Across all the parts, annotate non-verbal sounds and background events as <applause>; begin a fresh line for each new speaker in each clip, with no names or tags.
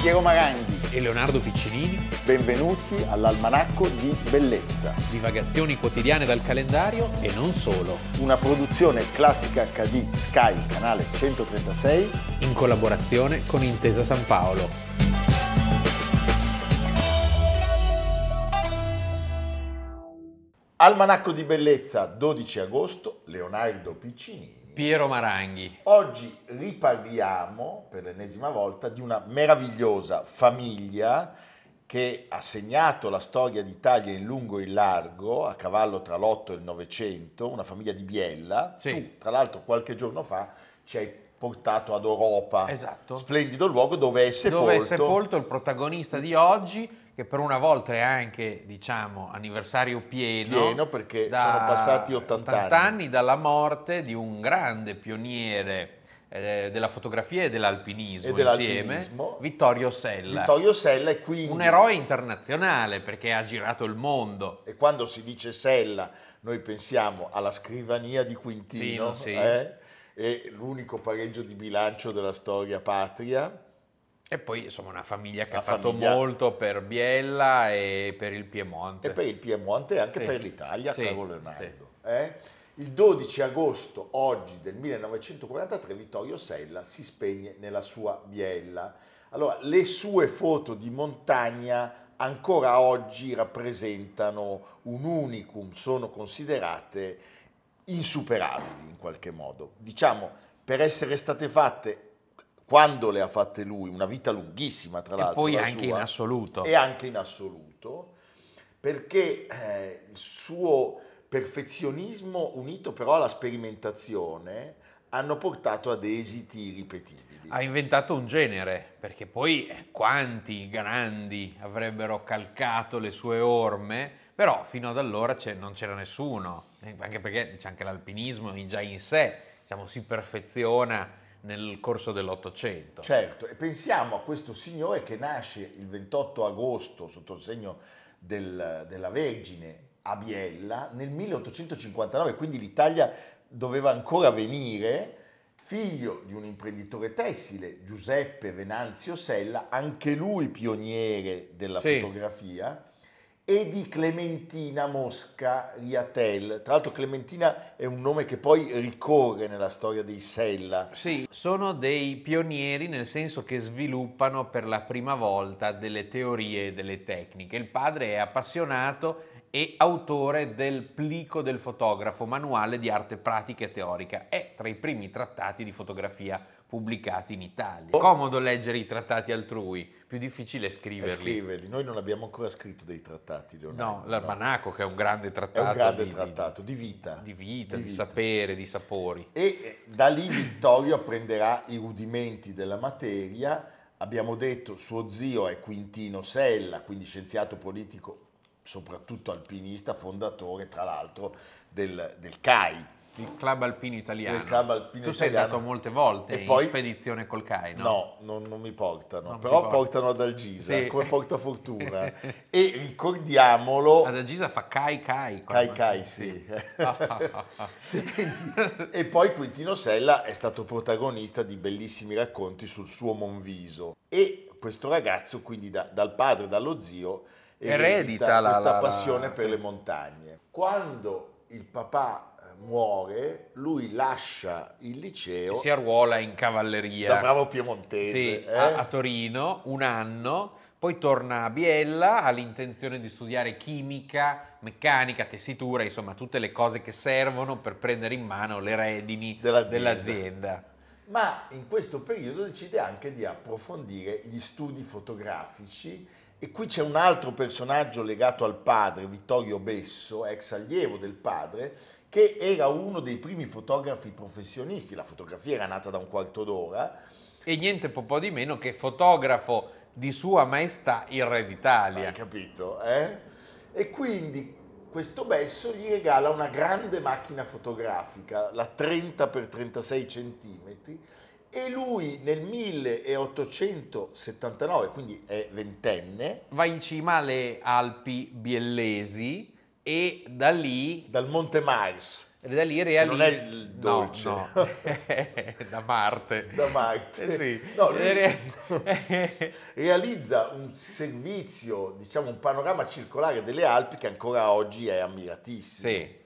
Piero Maranghi.
e Leonardo Piccinini,
Benvenuti all'Almanacco di Bellezza,
divagazioni quotidiane dal calendario e non solo,
una produzione classica HD Sky, canale 136.
in collaborazione con Intesa San Paolo.
Almanacco di Bellezza, 12 agosto, Leonardo Piccinini.
Piero Maranghi,
Oggi riparliamo per l'ennesima volta di una meravigliosa famiglia che ha segnato la storia d'Italia in lungo e in largo, a cavallo tra l'Otto e il Novecento, una famiglia di Biella.
Sì.
Tu, tra l'altro, qualche giorno fa ci hai portato ad Europa,
Esatto.
splendido luogo dove è sepolto.
dove è sepolto il protagonista di oggi, che per una volta è anche, diciamo, anniversario pieno.
Pieno, perché sono passati 80 anni.
dalla morte di un grande pioniere eh, della fotografia e dell'alpinismo,
E dell'alpinismo.
insieme, Vittorio Sella.
Vittorio Sella e quindi...
Un eroe internazionale perché ha girato il mondo.
E quando si dice sella, noi pensiamo alla scrivania di Quintino,
Quintino, sì.
eh? e l'unico pareggio di bilancio della storia patria.
E poi insomma una famiglia che
Una
ha fatto
famiglia-
molto per Biella e per il Piemonte.
E per il Piemonte e anche
Sì.
per l'Italia,
Sì,
caro Leonardo. eh? Il 12 agosto, oggi del 1943, Vittorio Sella si spegne nella sua biella. Allora, le sue foto di montagna ancora oggi rappresentano un unicum, sono considerate insuperabili in qualche modo. Diciamo, per essere state fatte quando le ha fatte lui, una vita lunghissima tra
E
l'altro.
poi
la
anche in
sua,
assoluto.
e anche in assoluto, perché eh, il suo perfezionismo unito però alla sperimentazione hanno portato ad esiti ripetibili.
Ha inventato un genere, perché poi eh, quanti grandi avrebbero calcato le sue orme, però fino ad allora c'è- non c'era nessuno, Eh, anche perché c'è anche l'alpinismo in- già in sé, diciamo, si perfeziona nel corso dell'Ottocento.
Certo, e pensiamo a questo signore che nasce il 28 agosto sotto il segno del- della Vergine a Biella nel 1859, quindi l'Italia doveva ancora venire, figlio di un imprenditore tessile, Giuseppe Venanzio Sella, anche lui pioniere della
Sì.
fotografia, e di Clementina Mosca Riatel. Tra l'altro Clementina è un nome che poi ricorre nella storia dei Sella.
Sì, sono dei pionieri nel senso che sviluppano per la prima volta delle teorie e delle tecniche. Il padre è appassionato e autore del Plico del fotografo, manuale di arte pratica e teorica. È tra i primi trattati di fotografia pubblicati in Italia. Comodo leggere i trattati altrui, più difficile
E
scriverli.
scriverli. Noi non abbiamo ancora scritto dei trattati, Leonardo.
No, l'Almanaco che è un grande
È
trattato,
un grande
di, di-
trattato di vita.
di vita, di sapere, di sapori.
E eh, da lì Vittorio apprenderà i rudimenti della materia. Abbiamo detto, suo zio è Quintino Sella, quindi scienziato politico, soprattutto alpinista, fondatore tra l'altro del, del CAI.
Il club alpino italiano.
Del club alpino
tu sei
italiano.
andato molte volte
E
in
poi-
spedizione col CAI, Eh, no?
No, non, non mi portano,
Non ti
però
portano.
portano ad Algisa,
Sì.
come
<laughs>
portafortuna. e ricordiamolo,
Ad Agisa fa CAI CAI.
Kai
quando-
Kai, sì.
<laughs> Senti,
e poi Quintino Sella è stato protagonista di bellissimi racconti sul suo Monviso e questo ragazzo quindi da- dal padre e dallo zio
Eredita la-
questa
la- la-
passione per
sì.
le montagne. Quando il papà eh, muore, lui lascia il liceo
si arruola in
da
cavalleria
bravo piemontese.
Sì,
eh?
a, a Torino un anno, poi torna a Biella, ha l'intenzione di studiare chimica, meccanica, tessitura, insomma tutte le cose che servono per prendere in mano le redini
Dell'azienda.
dell'azienda.
ma in questo periodo decide anche di approfondire gli studi fotografici e qui c'è un altro personaggio legato al padre, Vittorio Besso, ex allievo del padre, che era uno dei primi fotografi professionisti, la fotografia era nata da un quarto d'ora,
E niente po' po' di meno che fotografo di sua maestà il re d'Italia.
hai capito? eh? E quindi questo Besso gli regala una grande macchina fotografica, la 30x36 cm, e lui nel 1879, quindi è ventenne,
va in cima alle Alpi biellesi e da lì
dal Monte Mars
E da lì
Che non è
realizza...
il dolce.
No, no. <laughs> da Marte.
da Marte.
Eh sì.
No, lui
Eh,
<laughs> realizza un servizio, diciamo un panorama circolare delle Alpi che ancora oggi è ammiratissimo.
sì,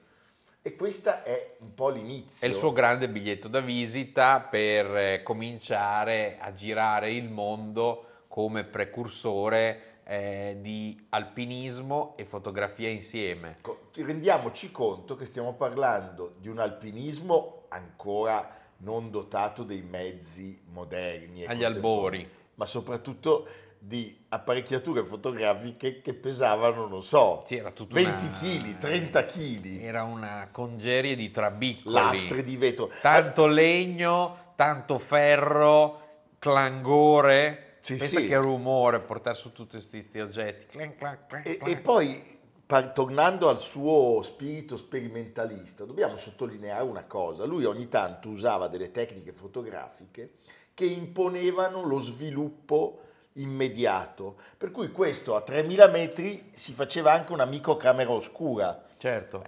E questa è un po'
è
l'inizio.
il suo grande biglietto da visita per eh, cominciare a girare il mondo come precursore eh, di alpinismo e fotografia insieme.
Ecco, ti- rendiamoci conto che stiamo parlando di un alpinismo ancora non dotato dei mezzi moderni. e
Agli
contemporanei,
albori.
Ma soprattutto di apparecchiature fotografiche che pesavano, non so,
Sì, era tutto
20 kg, 30 kg,
Era una congerie di trabiccoli.
lastre di vetro.
Tanto legno, tanto ferro, clangore.
Sì,
Pensa
sì.
che rumore portare su tutti questi oggetti. Clank, clank, clank,
E, e
clank.
poi, par- tornando al suo spirito sperimentalista, dobbiamo sottolineare una cosa. Lui ogni tanto usava delle tecniche fotografiche che imponevano lo sviluppo immediato. Per cui questo a 3000 metri si faceva anche una microcamera oscura.
Certo.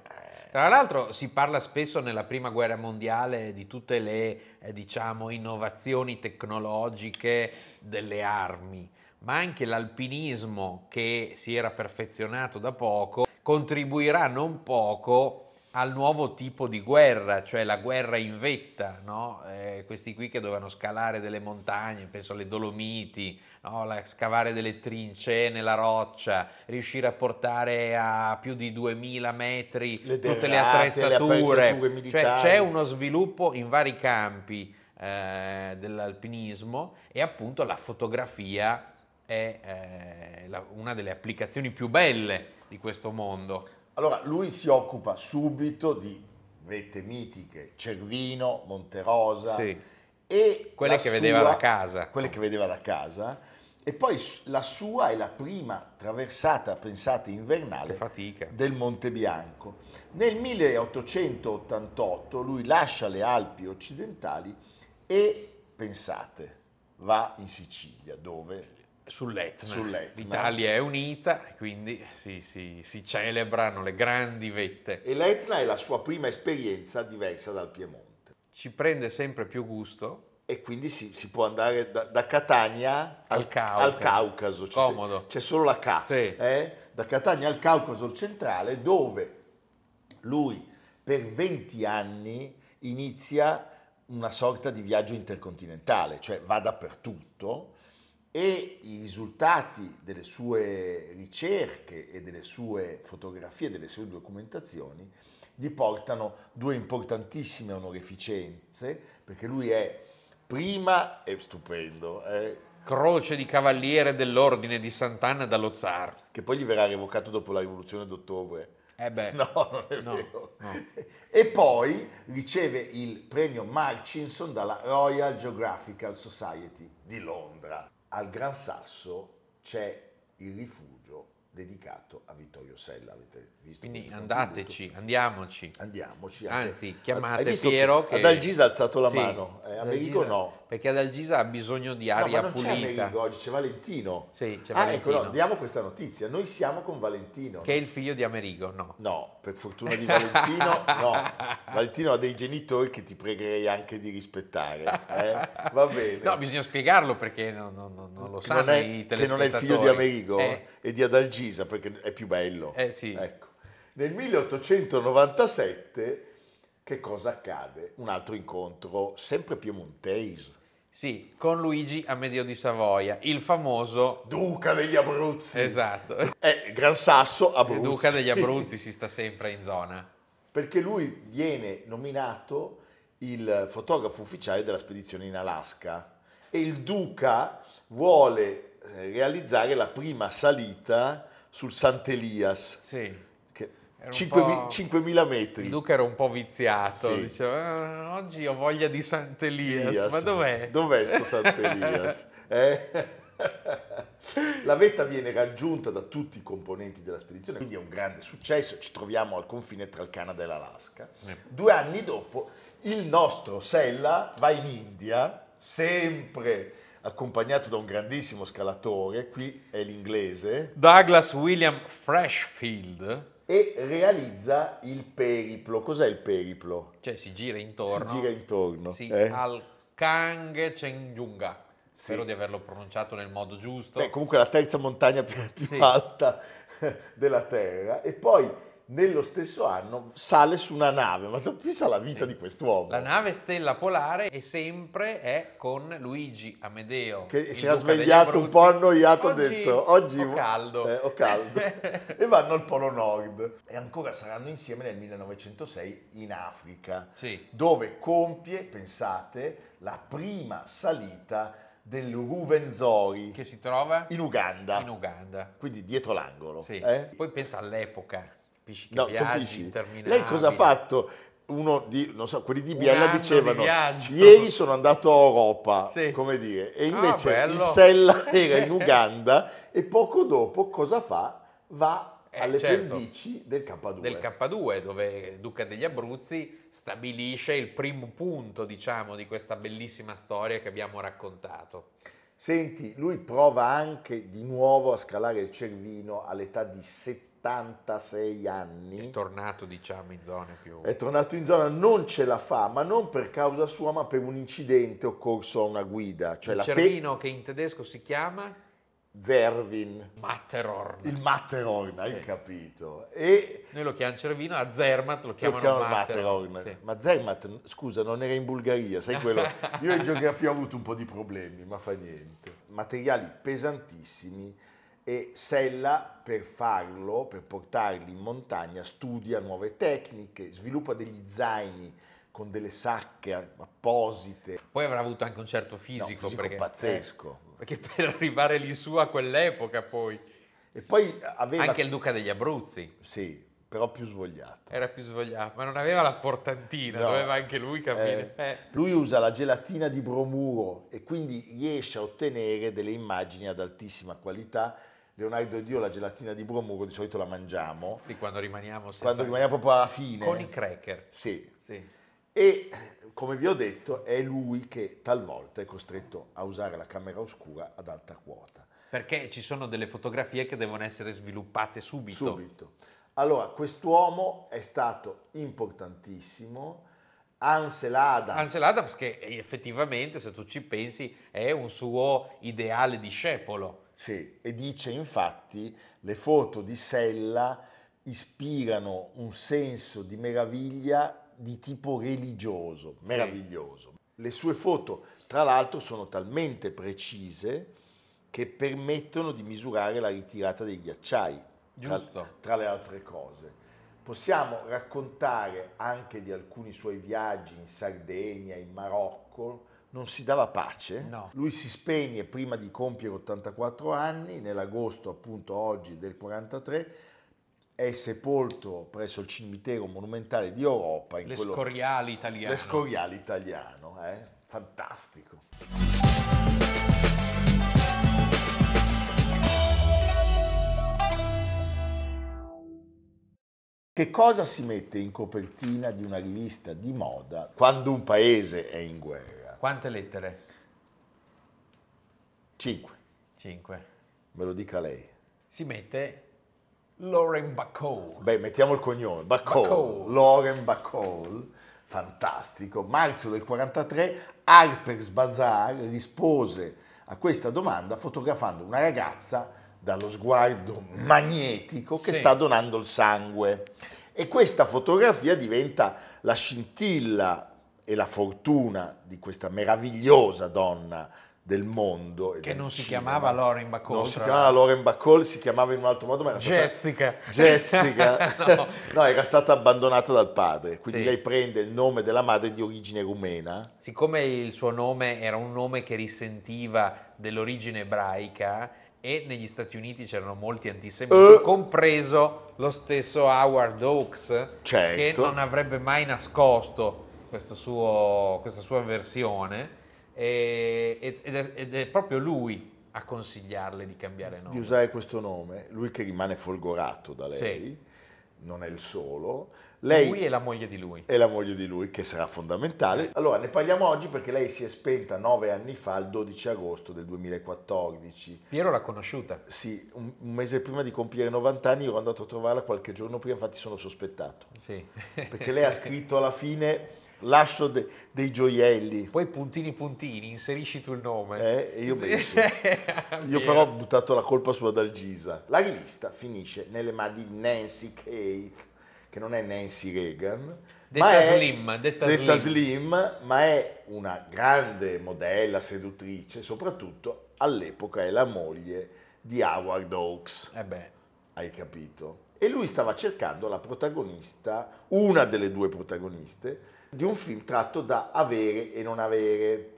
Tra l'altro si parla spesso nella prima guerra mondiale di tutte le eh, diciamo, innovazioni tecnologiche delle armi, ma anche l'alpinismo che si era perfezionato da poco contribuirà non poco al nuovo tipo di guerra, cioè la guerra in vetta, no? Eh, questi qui che dovevano scalare delle montagne, penso alle Dolomiti, no? La- scavare delle trincee nella roccia, riuscire a portare a più di 2000 metri
Le
tutte le
derrate, le
attrezzature,
apparecchiature
cioè
militari.
c'è uno sviluppo in vari campi eh, dell'alpinismo e appunto la fotografia è eh, la- una delle applicazioni più belle di questo mondo.
Allora lui si occupa subito di vette mitiche, Cervino, Monterosa
Sì.
e
Quelle
la
che vedeva
sua-
da casa.
quelle che vedeva da casa e poi s- la sua è la prima traversata, pensate,
Che
invernale
fatica.
del Monte Bianco. Nel 1888 lui lascia le Alpi occidentali e, pensate, va in Sicilia dove
Sull'Etna.
Sull'Etna.
L'Italia è unita, e quindi si, si- si celebrano le grandi vette.
e l'Etna è la sua prima esperienza diversa dal Piemonte.
Ci prende sempre più gusto.
E quindi si, si può andare da, da Catania al,
Al Caucaso.
al Caucaso. C'è,
Comodo.
c'è solo la K.
Sì.
eh? Da Catania al Caucaso centrale, dove lui per 20 anni inizia una sorta di viaggio intercontinentale, cioè va dappertutto e i risultati delle sue ricerche e delle sue fotografie, delle sue documentazioni, gli portano due importantissime onorificenze, perché lui è prima, è stupendo, eh,
Croce di cavaliere dell'ordine di Sant'Anna dallo zar.
che poi gli verrà revocato dopo la rivoluzione d'ottobre.
Eh
<laughs>
beh,
No, non è
no,
vero.
no.
E poi riceve il premio Marchinson dalla Royal Geographical Society di Londra. Al Gran Sasso c'è il rifugio dedicato a Vittorio Sella, avete visto?
quindi
questo
andateci, andiamoci.
contributo? Andiamoci. anche-
Anzi, chiamate
Hai visto
Piero che...
Ad Algisa ha alzato la
Sì,
mano, eh, Amerigo
Adalgisa-
no.
Perché ad Algisa ha bisogno di
No, ma
aria
non c'è
pulita,
Amerigo oggi, c'è Valentino.
Sì, c'è
ah,
Valentino.
ecco, no, diamo questa notizia. Noi siamo con Valentino.
che è il figlio di Amerigo, no.
No, per fortuna di Valentino, no. Valentino ha dei genitori che ti pregherei anche di rispettare. eh? Va bene.
No, bisogna spiegarlo perché non, non- non- non lo
Che
sanno
non è-
i telespettatori.
Che non è il figlio di Amerigo
Eh,
e di Adalgisa perché è più bello.
Eh, sì.
Ecco. Nel 1897 che cosa accade? Un altro incontro, sempre piemontese.
sì, con Luigi Amedeo di Savoia, il famoso...
Duca degli Abruzzi.
Esatto, <laughs> il
Eh, Gran Sasso, Abruzzi.
duca degli Abruzzi si sta sempre in zona.
perché lui viene nominato il fotografo ufficiale della spedizione in Alaska e il duca vuole eh, realizzare la prima salita sul Sant'Elias,
Sì.
che
Era un
5.000
po'-
5.000 metri.
Il duca era un po' viziato,
Sì.
diceva "Ah, oggi ho voglia di Sant'Elias,
Elias.
ma dov'è?
Dov'è
<laughs>
sto Sant'Elias? Eh? <laughs> La vetta viene raggiunta da tutti i componenti della spedizione, quindi è un grande successo, ci troviamo al confine tra il Canada e l'Alaska.
Eh.
Due anni dopo il nostro Sella va in India, sempre accompagnato da un grandissimo scalatore, qui è l'inglese,
Douglas William Freshfield,
e realizza il periplo. Cos'è il periplo?
Cioè si gira intorno.
Si gira intorno.
Sì, Ah,
eh?
al Kang Chengyunga. Spero
Sì.
di averlo pronunciato nel modo giusto.
Beh, comunque la terza montagna più, più
Esatto. Sì.
alta <laughs> della Terra e poi nello stesso anno sale su una nave, ma tu pensa alla vita
Sì.
di quest'uomo.
La nave stella polare e sempre è con Luigi Amedeo.
che
il
si era
duca degli
svegliato un
Abruzzi.
po' annoiato, ha
Oggi
detto oggi
ho caldo.
eh, ho caldo. e vanno al Polo Nord e ancora saranno insieme nel 1906 in Africa,
<laughs> sì.
dove compie, pensate, la prima salita del Ruvenzori
Che si trova
in Uganda,
in Uganda.
quindi dietro l'angolo.
Sì.
eh?
Poi pensa all'epoca. Capisci che
No,
viaggi
capisci?
interminabili.
Lei cosa ha fatto? Uno di, non so, quelli di
Un
Biella
anno di
dicevano,
viaggio.
ieri sono andato a Europa,
Sì.
come dire, e
Ah,
invece
bello.
il Sella <laughs> era
<laughs>
in Uganda e poco dopo cosa fa? Va
Eh,
alle
certo.
pendici del K2.
Del K2, dove Duca degli Abruzzi stabilisce il primo punto, diciamo, di questa bellissima storia che abbiamo raccontato.
Senti, lui prova anche di nuovo a scalare il Cervino all'età di 76
È
anni.
tornato, diciamo, in zone più...
È tornato in zona, non ce la fa, ma non per causa sua, ma per un incidente occorso a una guida. Cioè
il
la te-
cervino che in tedesco si chiama
Zervin.
Matterhorn.
Il Matterhorn, hai
Sì.
capito? E
Noi lo chiamiamo cervino, a Zermatt lo
che lo
chiamano,
chiamano
Matterhorn.
Matterhorn. Ma Zermatt, scusa, non era in Bulgaria, sai quello? Io in geografia ho avuto un po' di problemi, ma fa niente. Materiali pesantissimi e Sella per farlo, per portarli in montagna, studia nuove tecniche, sviluppa degli zaini con delle sacche apposite.
Sì. Poi avrà avuto anche un certo
No,
fisico.
un fisico
perché,
pazzesco.
eh, perché per arrivare lì su a quell'epoca poi...
E poi aveva...
eh. Anche il duca degli Abruzzi
Sì, però più svogliato.
era più svogliato, ma non aveva la portantina,
No.
doveva anche lui capire.
Eh,
Eh.
Lui usa la gelatina di bromuro e quindi riesce a ottenere delle immagini ad altissima qualità. Leonardo ed io la gelatina di bromuro di solito la mangiamo
Sì, quando rimaniamo senza...
quando rimaniamo proprio alla fine.
Con i cracker.
Sì.
Sì.
E come vi ho detto, è lui che talvolta è costretto a usare la camera oscura ad alta quota.
Perché ci sono delle fotografie che devono essere sviluppate subito.
Subito. Allora, quest'uomo è stato importantissimo. Ansel Adams
Ansel Adams che effettivamente, se tu ci pensi, è un suo ideale discepolo.
Sì, e dice infatti le foto di Sella ispirano un senso di meraviglia di tipo religioso, meraviglioso. Le sue foto, tra l'altro, sono talmente precise che permettono di misurare la ritirata dei ghiacciai, tra,
Giusto.
tra le altre cose. Possiamo raccontare anche di alcuni suoi viaggi in Sardegna, in Marocco. Non si dava pace.
No.
Lui si spegne prima di compiere 84 anni, nell'agosto appunto oggi del 43, è sepolto presso il cimitero monumentale di Europa, in
Le
quello-
scoriali italiane.
le Scoriali italiano, eh? fantastico. Che cosa si mette in copertina di una rivista di moda quando un paese è in guerra?
Quante lettere?
5,
Cinque.
me lo dica lei.
Si mette Lauren Bacall.
Beh, mettiamo il cognome, Bacall,
Bacall.
Loren Bacall, fantastico. Marzo del 43, Harper's Bazaar rispose a questa domanda fotografando una ragazza dallo sguardo magnetico che
Sì.
sta donando il sangue. E questa fotografia diventa la scintilla e la fortuna di questa meravigliosa donna del mondo. e
Che
del
non si
cinema.
chiamava Lauren Bacall.
Non si
tra
chiamava Loren Bacall, si chiamava in un altro modo, ma era stata-
Jessica.
Jessica, no.
<laughs> No.
era stata abbandonata dal padre, quindi
Sì.
lei prende il nome della madre di origine rumena.
Siccome il suo nome era un nome che risentiva dell'origine ebraica e negli Stati Uniti c'erano molti antisemiti,
Eh.
compreso lo stesso Howard Oaks, che
Certo.
non avrebbe mai nascosto questo suo- questa sua versione, e- ed, è, ed è proprio lui a consigliarle di cambiare nome.
Di usare questo nome, lui che rimane folgorato da lei,
Sì.
non è il solo, Lei
Lui Eh. e la moglie di lui.
e la moglie di lui, che sarà fondamentale. Allora, ne parliamo oggi perché lei si è spenta nove anni fa, il 12 agosto del 2014.
Piero l'ha conosciuta.
Sì, un un mese prima di compiere 90 anni ero andato a trovarla qualche giorno prima, infatti sono sospettato.
Sì. <laughs>
Perché lei ha scritto alla fine, lascio de- dei gioielli.
Poi puntini puntini, inserisci tu il nome.
Eh, e io
<laughs>
penso. Io
Piero.
però ho buttato la colpa su Adalgisa. La rivista finisce nelle mani di Nancy Kate, che non è Nancy Reagan.
Detta
ma è-
Slim, detta
detta
Slim.
Slim, ma è una grande modella, seduttrice, soprattutto all'epoca è la moglie di Howard Oaks.
Eh beh,
Hai capito? E lui stava cercando la protagonista, una delle due protagoniste, di un film tratto da Avere e Non Avere.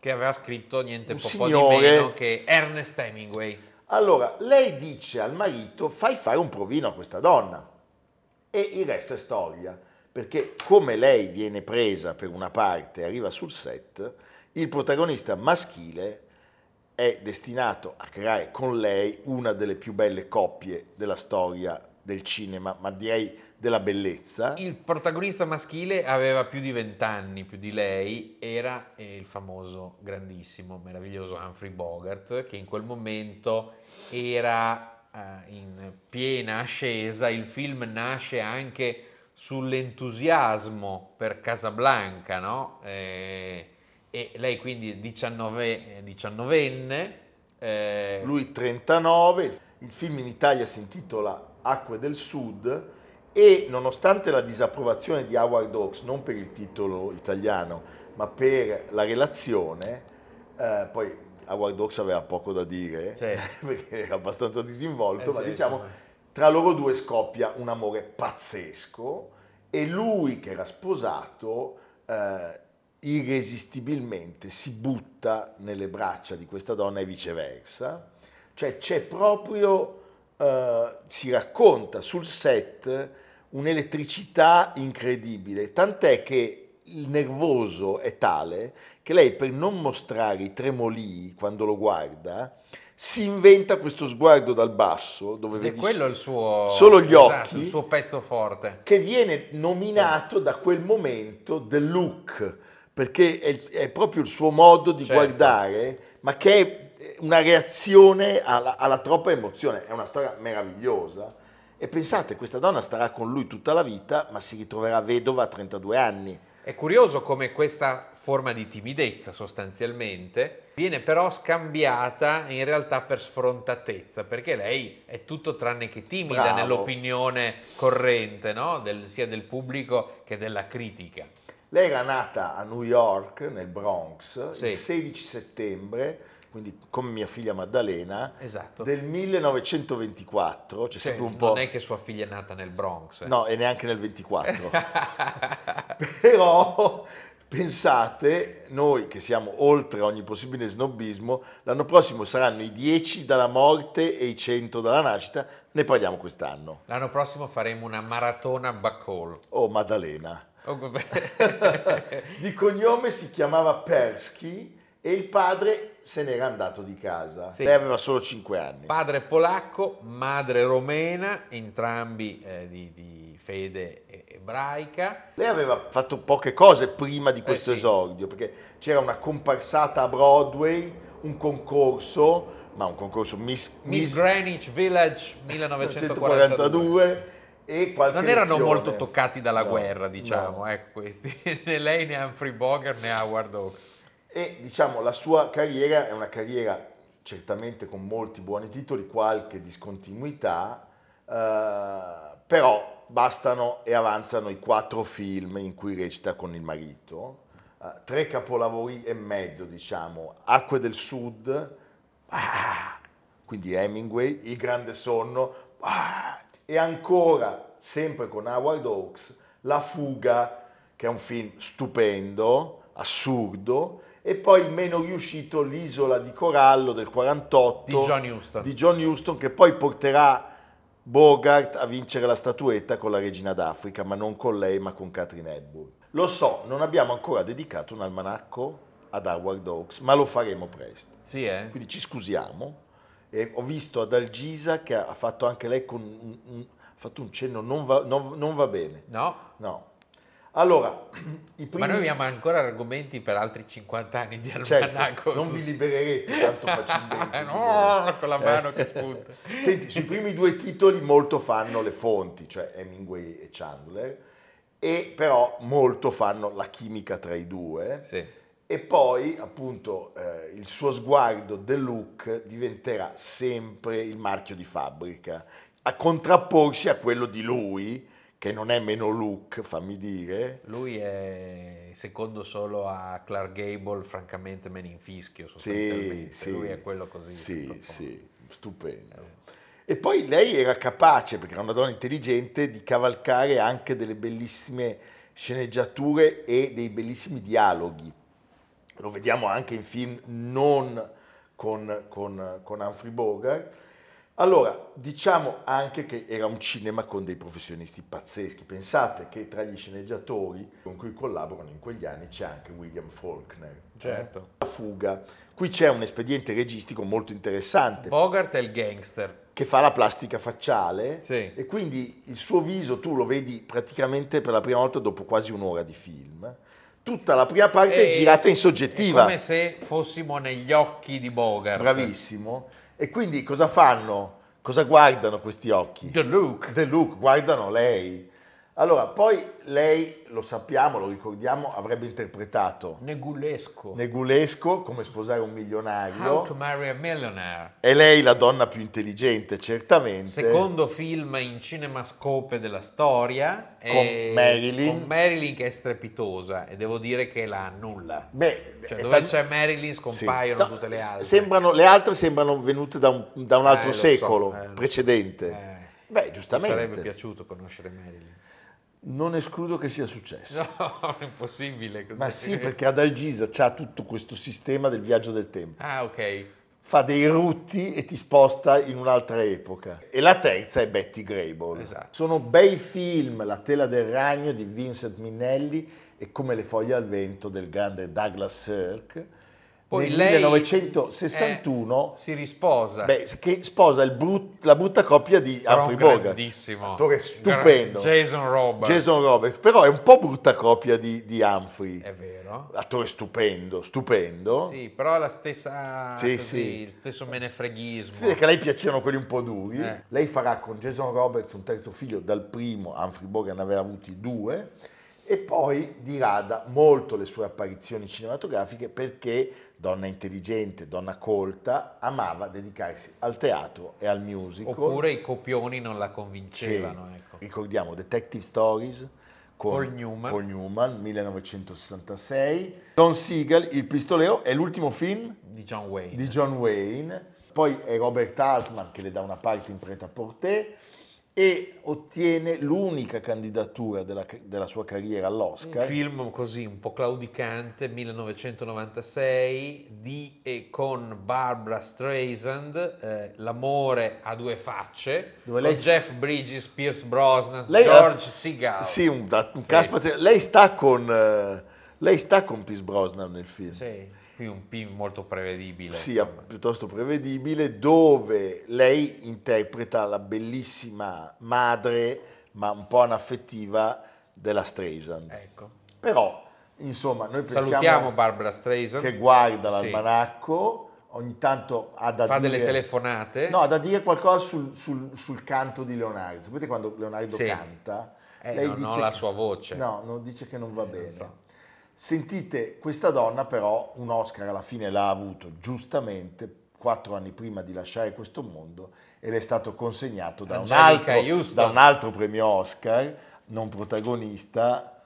che aveva scritto niente
Un
po',
signore.
po' di meno che Ernest Hemingway.
Allora, lei dice al marito, fai fare un provino a questa donna. E il resto è storia, perché come lei viene presa per una parte e arriva sul set, il protagonista maschile è destinato a creare con lei una delle più belle coppie della storia del cinema, ma direi della bellezza.
Il protagonista maschile aveva più di vent'anni più di lei, era eh, il famoso, grandissimo, meraviglioso Humphrey Bogart, che in quel momento era eh, in piena ascesa. Il film nasce anche sull'entusiasmo per Casablanca, no? Eh, e lei quindi 19, eh, 19enne. eh,
Lui 39, il film in Italia si intitola Acque del Sud e nonostante la disapprovazione di Howard Hawks, non per il titolo italiano, ma per la relazione, eh, poi Howard Hawks aveva poco da dire <laughs>
Certo.
perché era abbastanza disinvolto,
Eh,
ma
sì,
diciamo
insomma.
tra loro due scoppia un amore pazzesco e lui che era sposato eh, irresistibilmente si butta nelle braccia di questa donna e viceversa. Cioè c'è proprio, eh, si racconta sul set un'elettricità incredibile, tant'è che il nervoso è tale che lei per non mostrare i tremolii quando lo guarda, si inventa questo sguardo dal basso dove
e
vedi
quello è il suo,
solo gli
esatto,
occhi.
il suo pezzo forte.
che viene nominato da quel momento The Look, perché è, il- è proprio il suo modo di
Certo.
guardare, ma che è una reazione alla, alla troppa emozione. È una storia meravigliosa. E pensate, questa donna starà con lui tutta la vita, ma si ritroverà vedova a 32 anni.
È curioso come questa forma di timidezza sostanzialmente viene però scambiata in realtà per sfrontatezza, perché lei è tutto tranne che timida
Bravo.
nell'opinione corrente, no? Del- sia del pubblico che della critica.
Lei era nata a New York, nel Bronx,
Sì.
il 16 settembre, quindi come mia figlia Maddalena,
Esatto.
del 1924, c'è
Cioè,
sempre un
non
po'...
è che sua figlia è nata nel Bronx. eh.
No, e neanche nel 24. <laughs> Però pensate, noi che siamo oltre ogni possibile snobismo, l'anno prossimo saranno i 10 dalla morte e i 100 dalla nascita, ne parliamo quest'anno.
<laughs> L'anno prossimo faremo una maratona Bacall.
Oh, Maddalena.
Oh, vabbè.
<laughs>
Eh.
di cognome si chiamava Persky e il padre se n'era andato di casa.
Sì.
Lei aveva solo 5 anni.
Padre polacco, madre romena, entrambi eh, di, di fede e- ebraica.
Lei aveva fatto poche cose prima di questo
Eh, sì.
esordio, perché c'era una comparsata a Broadway, un concorso, ma un concorso Miss,
Miss
Miss
Greenwich Village 1942.
1942, e qualche
Non erano
lezione.
molto toccati dalla
No,
guerra,
no.
diciamo, ecco questi. <laughs> né lei né Humphrey Bogart né Howard Hawks.
E diciamo la sua carriera è una carriera certamente con molti buoni titoli, qualche discontinuità, eh, però bastano e avanzano i quattro film in cui recita con il marito, eh, tre capolavori e mezzo diciamo, Acque del Sud, ah, quindi Hemingway, Il Grande Sonno, ah, e ancora sempre con Howard Hawks, La Fuga, che è un film stupendo, assurdo, e poi il meno riuscito L'isola di Corallo del 48
Di John Huston.
di John Huston, che poi porterà Bogart a vincere la statuetta con la regina d'Africa, ma non con lei, ma con Catherine Hepburn. Lo so, non abbiamo ancora dedicato un almanacco ad Howard Hawks, ma lo faremo presto.
Sì, eh?
Quindi ci scusiamo. E ho visto ad Algisa che ha fatto anche lei con un- un- ha fatto un cenno, non va, non- non va bene.
No?
No. Allora, <clears throat> i primi...
Ma noi abbiamo ancora argomenti per altri 50 anni di
Certo,
almanacco.
non
su-
vi libererete tanto
<laughs>
facilmente.
no, con la mano che spunta.
Eh. <laughs> Senti, sui primi due titoli molto fanno le fonti, cioè Hemingway e Chandler, e però molto fanno la chimica tra i due.
Sì.
E poi, appunto, eh, il suo sguardo, The Look, diventerà sempre il marchio di fabbrica, a contrapporsi a quello di lui, che non è meno Look, fammi dire.
Lui è secondo solo a Clark Gable, francamente me ne infischio
Sì,
sostanzialmente. Cioè,
sì.
Lui è quello così. Eh.
Sì,
tutto
sì, stupendo. E poi lei era capace, perché era una donna intelligente, di cavalcare anche delle bellissime sceneggiature e dei bellissimi dialoghi. Lo vediamo anche in film non con, con, con Humphrey Bogart. Allora, diciamo anche che era un cinema con dei professionisti pazzeschi. Pensate che tra gli sceneggiatori con cui collaborano in quegli anni c'è anche William Faulkner.
Certo.
La fuga. Qui c'è un espediente registico molto interessante
Eh. Bogart è il gangster.
che fa la plastica facciale
Sì.
e quindi il suo viso tu lo vedi praticamente per la prima volta dopo quasi un'ora di film. Tutta la prima parte
E-
è girata in
È
soggettiva.
come se fossimo negli occhi di Bogart.
Bravissimo. E quindi cosa fanno? Cosa guardano questi occhi?
The Luke.
The Look, guardano lei. Allora, poi lei, lo sappiamo, lo ricordiamo, avrebbe interpretato
Negulesco.
Negulesco come sposare un milionario.
How to Marry a Millionaire.
È lei la donna più intelligente, certamente.
Secondo film in cinemascope della storia.
Con
è-
Marilyn.
Con Marilyn che è strepitosa e devo dire che la annulla.
Beh,
Cioè
è
dove
tal-
c'è Marilyn scompaiono
Sì. Sta-
tutte le altre.
Sembrano, le altre sembrano venute da un, da un
Eh,
altro
lo so,
secolo
eh, lo so.
precedente.
Eh,
Beh,
Mi sarebbe
giustamente.
piaciuto conoscere Marilyn. <laughs>
Non escludo che sia successo.
No, è impossibile. così.
Ma
<laughs>
sì, perché ad Algisa c'ha tutto questo sistema del viaggio del tempo.
Ah, ok.
Fa dei rutti e ti sposta in un'altra epoca. E la terza è Betty Grable.
Esatto.
Sono bei film, La tela del ragno di Vincent Minnelli e Come le foglie al vento del grande Douglas Sirk.
Poi
nel
lei,
1961
eh, si risposa.
Beh, che sposa il brut- la brutta coppia di
Però
Humphrey
un
Bogart.
grandissimo.
Attore
Gra-
stupendo.
Jason Roberts.
Jason Roberts, però è un po' brutta coppia di, di Humphrey.
È vero.
Attore stupendo, stupendo.
Eh. Sì, però ha la stessa
Sì,
così,
sì.
il stesso menefreghismo.
Si vede che a lei piacevano quelli un po' duri.
Eh.
Lei farà con Jason Roberts un terzo figlio dal primo, Humphrey Bogart ne aveva avuti due, e poi dirada molto le sue apparizioni cinematografiche perché donna intelligente, donna colta, amava dedicarsi al teatro e al musical.
Oppure i copioni non la
Sì.
convincevano, ecco.
Ricordiamo Detective Stories con
Paul Newman.
Paul Newman, 1966. Don Siegel, Il pistolero, è l'ultimo film
Di John Wayne.
di John Wayne. Poi è Robert Altman che le dà una parte in preta portée e ottiene l'unica candidatura della, della sua carriera
Un
all'Oscar.
film così un po' claudicante, 1996, di e con Barbara Streisand, eh, L'amore a due facce,
Dove
con
lei-
Jeff Bridges, Pierce Brosnan,
Lei era-
George Segal.
Sì, un, da- un caspa- Lei sta con... eh, lei sta con Pierce Brosnan nel film.
Sì, film- un film molto prevedibile.
sia piuttosto prevedibile, dove lei interpreta la bellissima madre, ma un po' anaffettiva, della Streisand.
Ecco.
Però, insomma, noi pensiamo
Salutiamo Barbara Streisand.
che guarda
Sì.
l'almanacco, ogni tanto ha da
Fa
dire...
delle telefonate.
No, ha da dire qualcosa sul, sul- sul canto di Leonardo. Sapete quando Leonardo
Sì.
canta?
Eh, non ho la sua voce. Eh,
No, non dice che non va bene.
so.
Sentite, questa donna però un Oscar alla fine l'ha avuto giustamente quattro anni prima di lasciare questo mondo e le è stato consegnato da un,
Angelica
altro,
Houston.
da un altro premio Oscar, non protagonista,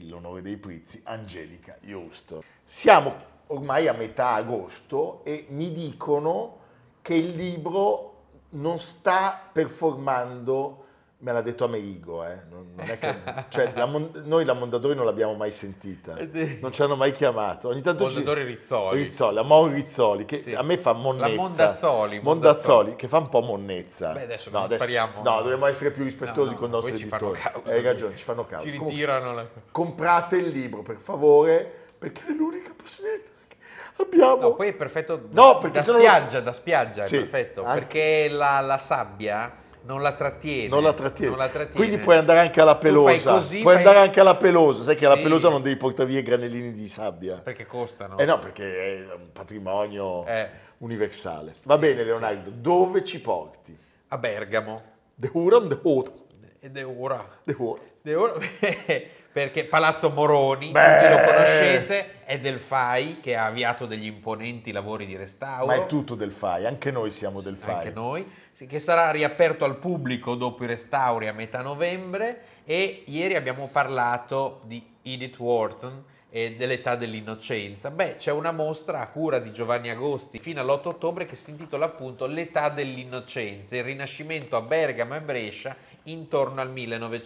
l'onore dei Prizzi, Angelica Houston. Siamo ormai a metà agosto e mi dicono che il libro non sta performando, me l'ha detto Amerigo, eh, non- non è
<laughs>
che- cioè, la Mon- noi la Mondadori non l'abbiamo mai sentita,
Eh sì.
non ci hanno mai chiamato. Ogni tanto ci-
Mondadori Rizzoli.
Rizzoli, la Mauro Rizzoli, che
Sì.
a me fa
La
monnezza.
Mondazzoli,
Mondazzoli,
Mondazzoli,
che fa un po' monnezza.
Beh, adesso non spariamo.
No, dobbiamo essere più rispettosi
No, no,
con il nostro
poi ci fanno
editore.
causa.
Hai ragione, ci fanno causa.
Ci
Comunque,
ritirano la...
comprate il libro, per favore, perché è l'unica possibilità che abbiamo.
No, poi è perfetto
No,
da
perché se no-
spiaggia, da spiaggia
Sì,
è perfetto,
anche-
perché la, la sabbia non la trattiene.
Non la trattiene.
non la trattiene.
Quindi puoi andare anche alla
fai
pelosa.
così,
puoi
fai-
andare anche alla pelosa. Sai che alla
Sì.
pelosa non devi portare via i granellini di sabbia.
Perché costano.
Eh no, perché è un patrimonio
Eh,
universale. Va bene,
sì.
Leonardo, dove ci porti?
a Bergamo.
The Huron, the Huron,
Ed è ora.
the Huron.
Ed è ora- <laughs> perché Palazzo Moroni,
Beh.
tutti lo conoscete, è del FAI che ha avviato degli imponenti lavori di restauro.
Ma è tutto del FAI, anche noi siamo del
Sì, anche
FAI.
noi, sì, che sarà riaperto al pubblico dopo i restauri a metà novembre e ieri abbiamo parlato di Edith Wharton e dell'età dell'innocenza. Beh, c'è una mostra a cura di Giovanni Agosti fino all'8 ottobre che si intitola appunto L'età dell'innocenza, il rinascimento a Bergamo e Brescia intorno al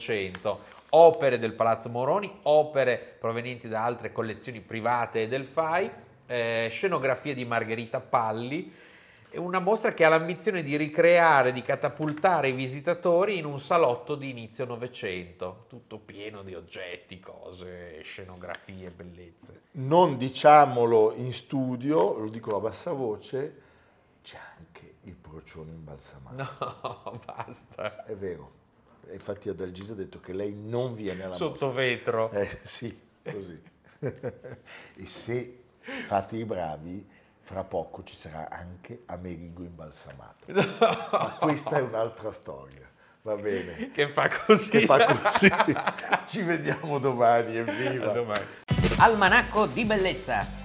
1900. Opere del Palazzo Moroni, opere provenienti da altre collezioni private e del FAI, eh, scenografie di Margherita Palli, è una mostra che ha l'ambizione di ricreare, di catapultare i visitatori in un salotto di inizio Novecento, tutto pieno di oggetti, cose, scenografie, bellezze. <laughs>
Non diciamolo in studio, lo dico a bassa voce, c'è anche il procione imbalsamato.
No, basta.
È vero. E Infatti Adalgisa ha detto che lei non viene alla
Sotto vetro.
mostra. Eh, sì, così. e se fate i bravi, fra poco ci sarà anche Amerigo imbalsamato. Ma questa è un'altra storia. Va bene.
Che fa così.
Che
<laughs>
fa così. ci vediamo domani,
A
evviva.
domani.
Almanacco di bellezza